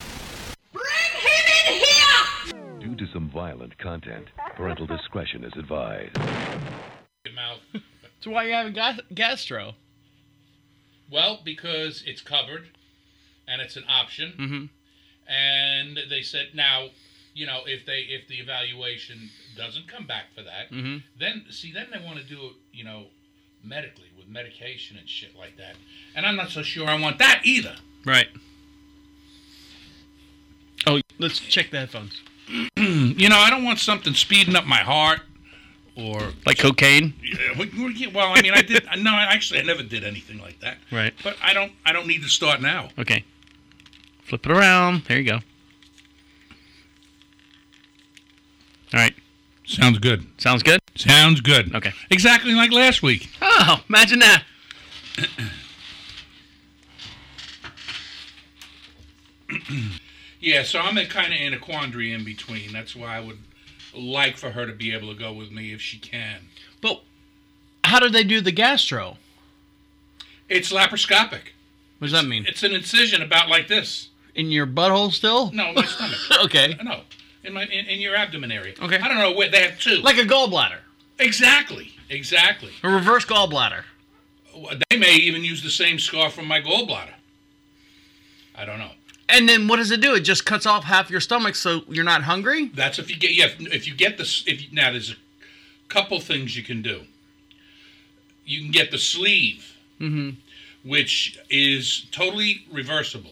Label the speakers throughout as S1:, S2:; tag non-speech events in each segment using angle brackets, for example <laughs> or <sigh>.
S1: Bring him in here!
S2: Due to some violent content, parental discretion is advised.
S3: Your
S4: <laughs>
S3: mouth.
S4: So why are you having gas- gastro?
S3: Well, because it's covered and it's an option.
S4: Mhm.
S3: And they said now, you know, if they if the evaluation doesn't come back for that,
S4: Mm-hmm.
S3: then see then they want to do it, you know, medically with medication and shit like that. And I'm not so sure I want that either.
S4: Right. Oh, let's check the headphones.
S3: You know, I don't want something speeding up my heart or
S4: Like cocaine?
S3: Yeah, we- we get- well, I mean, I did <laughs> no, I actually I never did anything like that.
S4: Right.
S3: But I don't I don't need to start now.
S4: Okay. Flip it around. There you go. All right.
S3: Sounds good.
S4: Sounds good?
S3: Sounds good.
S4: Okay.
S3: Exactly like last week.
S4: Oh, imagine that.
S3: Yeah, so I'm kind of in a quandary in between. That's why I would like for her to be able to go with me if she can.
S4: But how did they do the gastro?
S3: It's laparoscopic.
S4: What does that mean?
S3: It's an incision about like this.
S4: In your butthole still?
S3: No, <laughs> my stomach.
S4: <laughs> Okay.
S3: No, in my in, in your abdomen area.
S4: Okay.
S3: I don't know where they have two.
S4: Like a gallbladder.
S3: exactly, exactly.
S4: A reverse gallbladder.
S3: They may even use the same scar from my gallbladder. I don't know.
S4: And then what does it do? It just cuts off half your stomach so you're not hungry?
S3: That's if you get yeah, if, if you get this if you, now there's a couple things you can do. You can get the sleeve, which is totally reversible.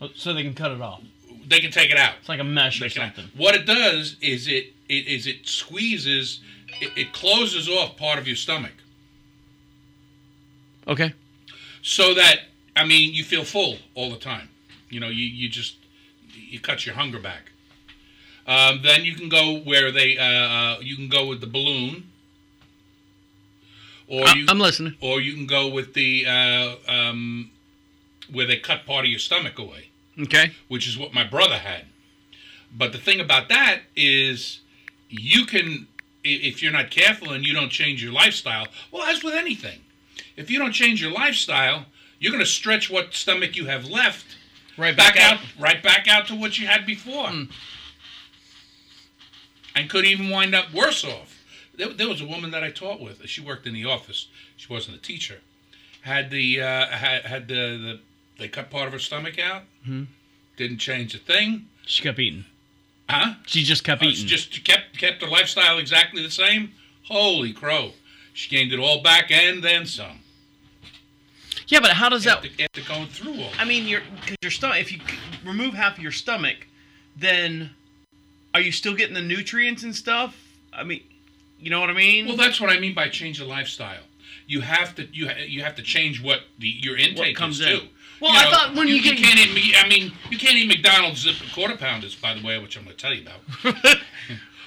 S4: Oh, So they can cut it off.
S3: They can take it out.
S4: It's like a mesh or
S3: They can-
S4: something.
S3: What it does is it, it is it squeezes, it, it closes off part of your stomach
S4: Okay.
S3: so that I mean you feel full all the time. You know you you just you cut your hunger back. Um, then you can go where they uh, uh, you can go with the balloon. Or
S4: I-
S3: you,
S4: I'm listening.
S3: Or you can go with the uh, um, where they cut part of your stomach away,
S4: Okay.
S3: which is what my brother had. But the thing about that is, you can i- if you're not careful and you don't change your lifestyle. Well, as with anything, if you don't change your lifestyle, you're going to stretch what stomach you have left
S4: Right
S3: back out, right back out to what you had before, and could even wind up worse off. There, there was a woman that I taught with. She worked in the office. She wasn't a teacher. Had the uh, had, had the, the they cut part of her stomach out. Didn't change a thing,
S4: She kept eating.
S3: huh?
S4: She just kept
S3: Uh, She
S4: eating.
S3: just kept kept her lifestyle exactly the same. Holy crow! She gained it all back and then some.
S4: yeah, but how does that?
S3: After, after going through all,
S4: I mean, your because your stomach. If you c- remove half of your stomach, then are you still getting the nutrients and stuff? I mean, you know what I mean?
S3: Well, that's what I mean by change of lifestyle. You have to you ha- you have to change what the your intake
S4: comes
S3: is
S4: in.
S3: too.
S4: Well, I thought when you get-
S3: can't eat, I mean you can't eat McDonald's quarter pounders by the way, which I'm going to tell you
S4: <laughs>
S3: about.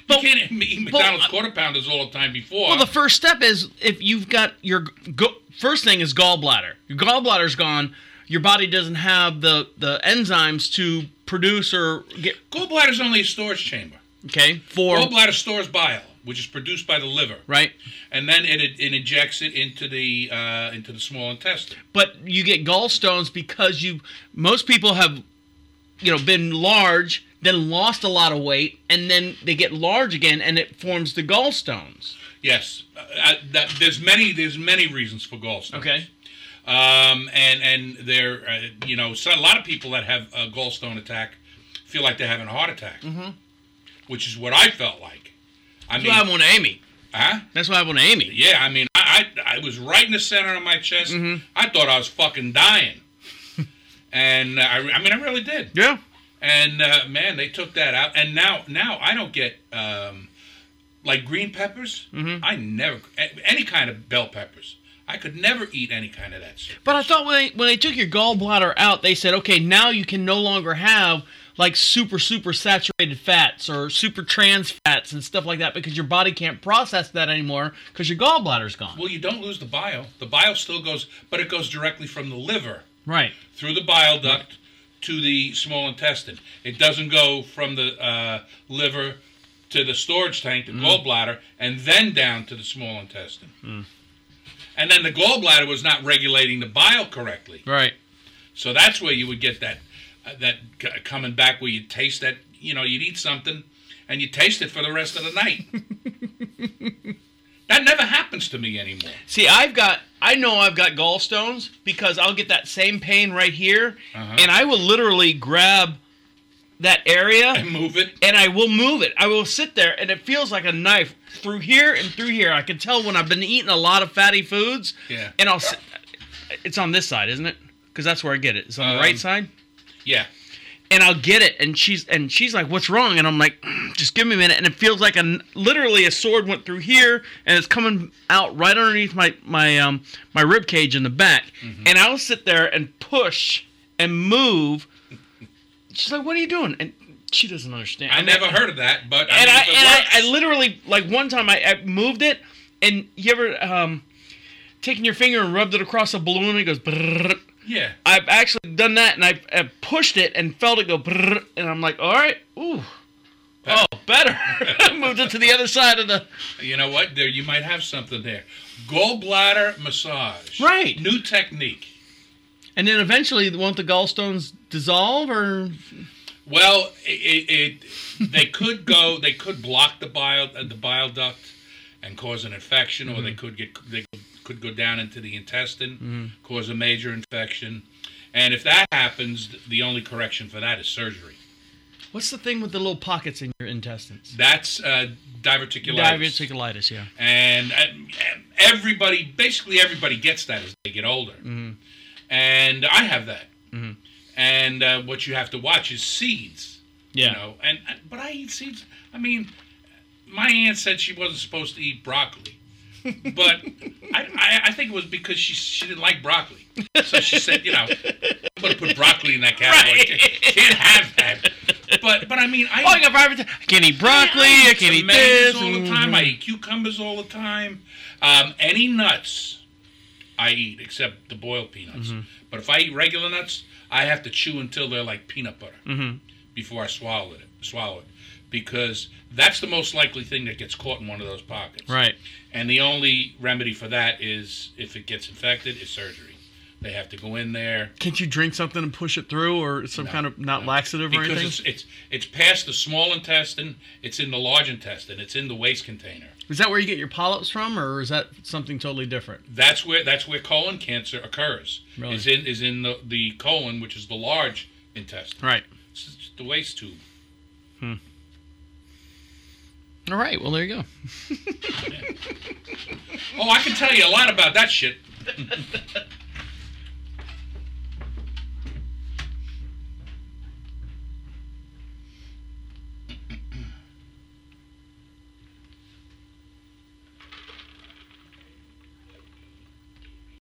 S4: But-
S3: you can't eat McDonald's quarter pounders all the time before.
S4: Well, the first step is if you've got your go- first thing is gallbladder. Your gallbladder's gone. Your body doesn't have the the enzymes to produce or get
S3: Gallbladder's only a storage chamber.
S4: okay for
S3: Gallbladder stores bile, which is produced by the liver,
S4: right.
S3: and then it, it injects it into the uh, into the small intestine.
S4: but you get gallstones because you most people have you know been large then lost a lot of weight and then they get large again and it forms the gallstones
S3: Yes, uh, uh, that, there's many there's many reasons for gallstones.
S4: okay
S3: um, and and they're uh, you know so a lot of people that have a gallstone attack feel like they're having a heart attack, which is what I felt like. I
S4: that's why i
S3: mean,
S4: want amy
S3: huh?
S4: that's why i want amy
S3: Yeah, I mean, I, I I was right in the center of my chest. I thought I was fucking dying, and uh, I re- I mean I really did.
S4: yeah
S3: And uh, man, they took that out, and now now I don't get um, like green peppers. I never a- any kind of bell peppers. I could never eat any kind of that stuff.
S4: But I thought when they when they took your gallbladder out, they said, okay, now you can no longer have like super super saturated fats or super trans fats and stuff like that because your body can't process that anymore because your gallbladder's gone.
S3: Well, you don't lose the bile. The bile still goes, but it goes directly from the liver
S4: right.
S3: through the bile duct to the small intestine. It doesn't go from the uh, liver to the storage tank, the gallbladder, and then down to the small intestine. And then the gallbladder was not regulating the bile correctly,
S4: Right.
S3: so that's where you would get that uh, that c- coming back where you taste that. You know, you'd eat something and you taste it for the rest of the night. that never happens to me anymore.
S4: See, I've got I know I've got gallstones because I'll get that same pain right here
S3: Uh-huh.
S4: and I will literally grab that
S3: <laughs>
S4: area
S3: I move it.
S4: and I will move it. I will sit there, and it feels like a knife through here and through here. I can tell when I've been eating a lot of fatty foods.
S3: Yeah.
S4: And I'll. Sit, it's on this side, isn't it? Because that's where I get it. It's on the
S3: Um,
S4: right side,
S3: Yeah.
S4: and I'll get it. And she's and she's like, "What's wrong?" And I'm like, "Mm, "Just give me a minute." And it feels like a kn- literally a sword went through here, and it's coming out right underneath my my um my rib cage in the back.
S3: Mm-hmm.
S4: And I'll sit there and push and move. She's like, "What are you doing?" And she doesn't understand.
S3: I
S4: I'm
S3: never
S4: like,
S3: heard of that, but
S4: and
S3: mean,
S4: I
S3: if it
S4: and I,
S3: works-
S4: I literally like one time I, I moved it, and you ever um, taking your finger and rubbed it across a balloon and it goes. brrrr.
S3: yeah.
S4: I've actually done that and I, I pushed it and felt it go, brrrr, and I'm like, all right, ooh, oh, better. <laughs> I moved it to the other side of the.
S3: You know what? There, you might have something there. Gallbladder massage.
S4: Right.
S3: New technique.
S4: And then eventually, won't the gallstones dissolve or?
S3: Well, it, it they could go. <laughs> They could block the bile uh, the bile duct and cause an infection, or
S4: Mm-hmm.
S3: they could get they could go down into the intestine, cause a major infection. And if that happens, the only correction for that is surgery.
S4: What's the thing with the little pockets in your intestines?
S3: That's uh, diverticulitis.
S4: Diverticulitis, yeah.
S3: and um, everybody basically everybody gets that as they get older
S4: Mm-hmm.
S3: and i have that and uh, what you have to watch is seeds
S4: Yeah.
S3: you know and uh, but i eat seeds i mean my aunt said she wasn't supposed to eat broccoli
S4: <laughs>
S3: but I, I, I think it was because she she didn't like broccoli, so she said, you know, I'm gonna put broccoli in that category. Can't have that. But but I mean, I
S4: Oh, I got private. I can't eat broccoli. I
S3: I
S4: can't eat
S3: tomatoes
S4: this.
S3: all the time. I eat cucumbers all the time. Um, any nuts I eat except the boiled peanuts.
S4: Mm-hmm.
S3: But if I eat regular nuts, I have to chew until they're like peanut butter
S4: Mm-hmm.
S3: before I swallow it. Swallow it because that's the most likely thing that gets caught in one of those pockets.
S4: Right.
S3: And the only remedy for that is if it gets infected, is surgery. They have to go in there
S4: Can't you drink something and push it through, or some kind of not laxative or
S3: because
S4: anything?
S3: it's, it's it's past the small intestine. It's in the large intestine. It's in the waste container.
S4: Is that where you get your polyps from, or is that something totally different?
S3: that's where that's where colon cancer occurs.
S4: Really?
S3: Is in is in the, the colon, which is the large intestine.
S4: Right. Hmm.
S3: It's just the waste tube.
S4: All right. Well, there you go. <laughs>
S3: Oh, I can tell you a lot about that shit.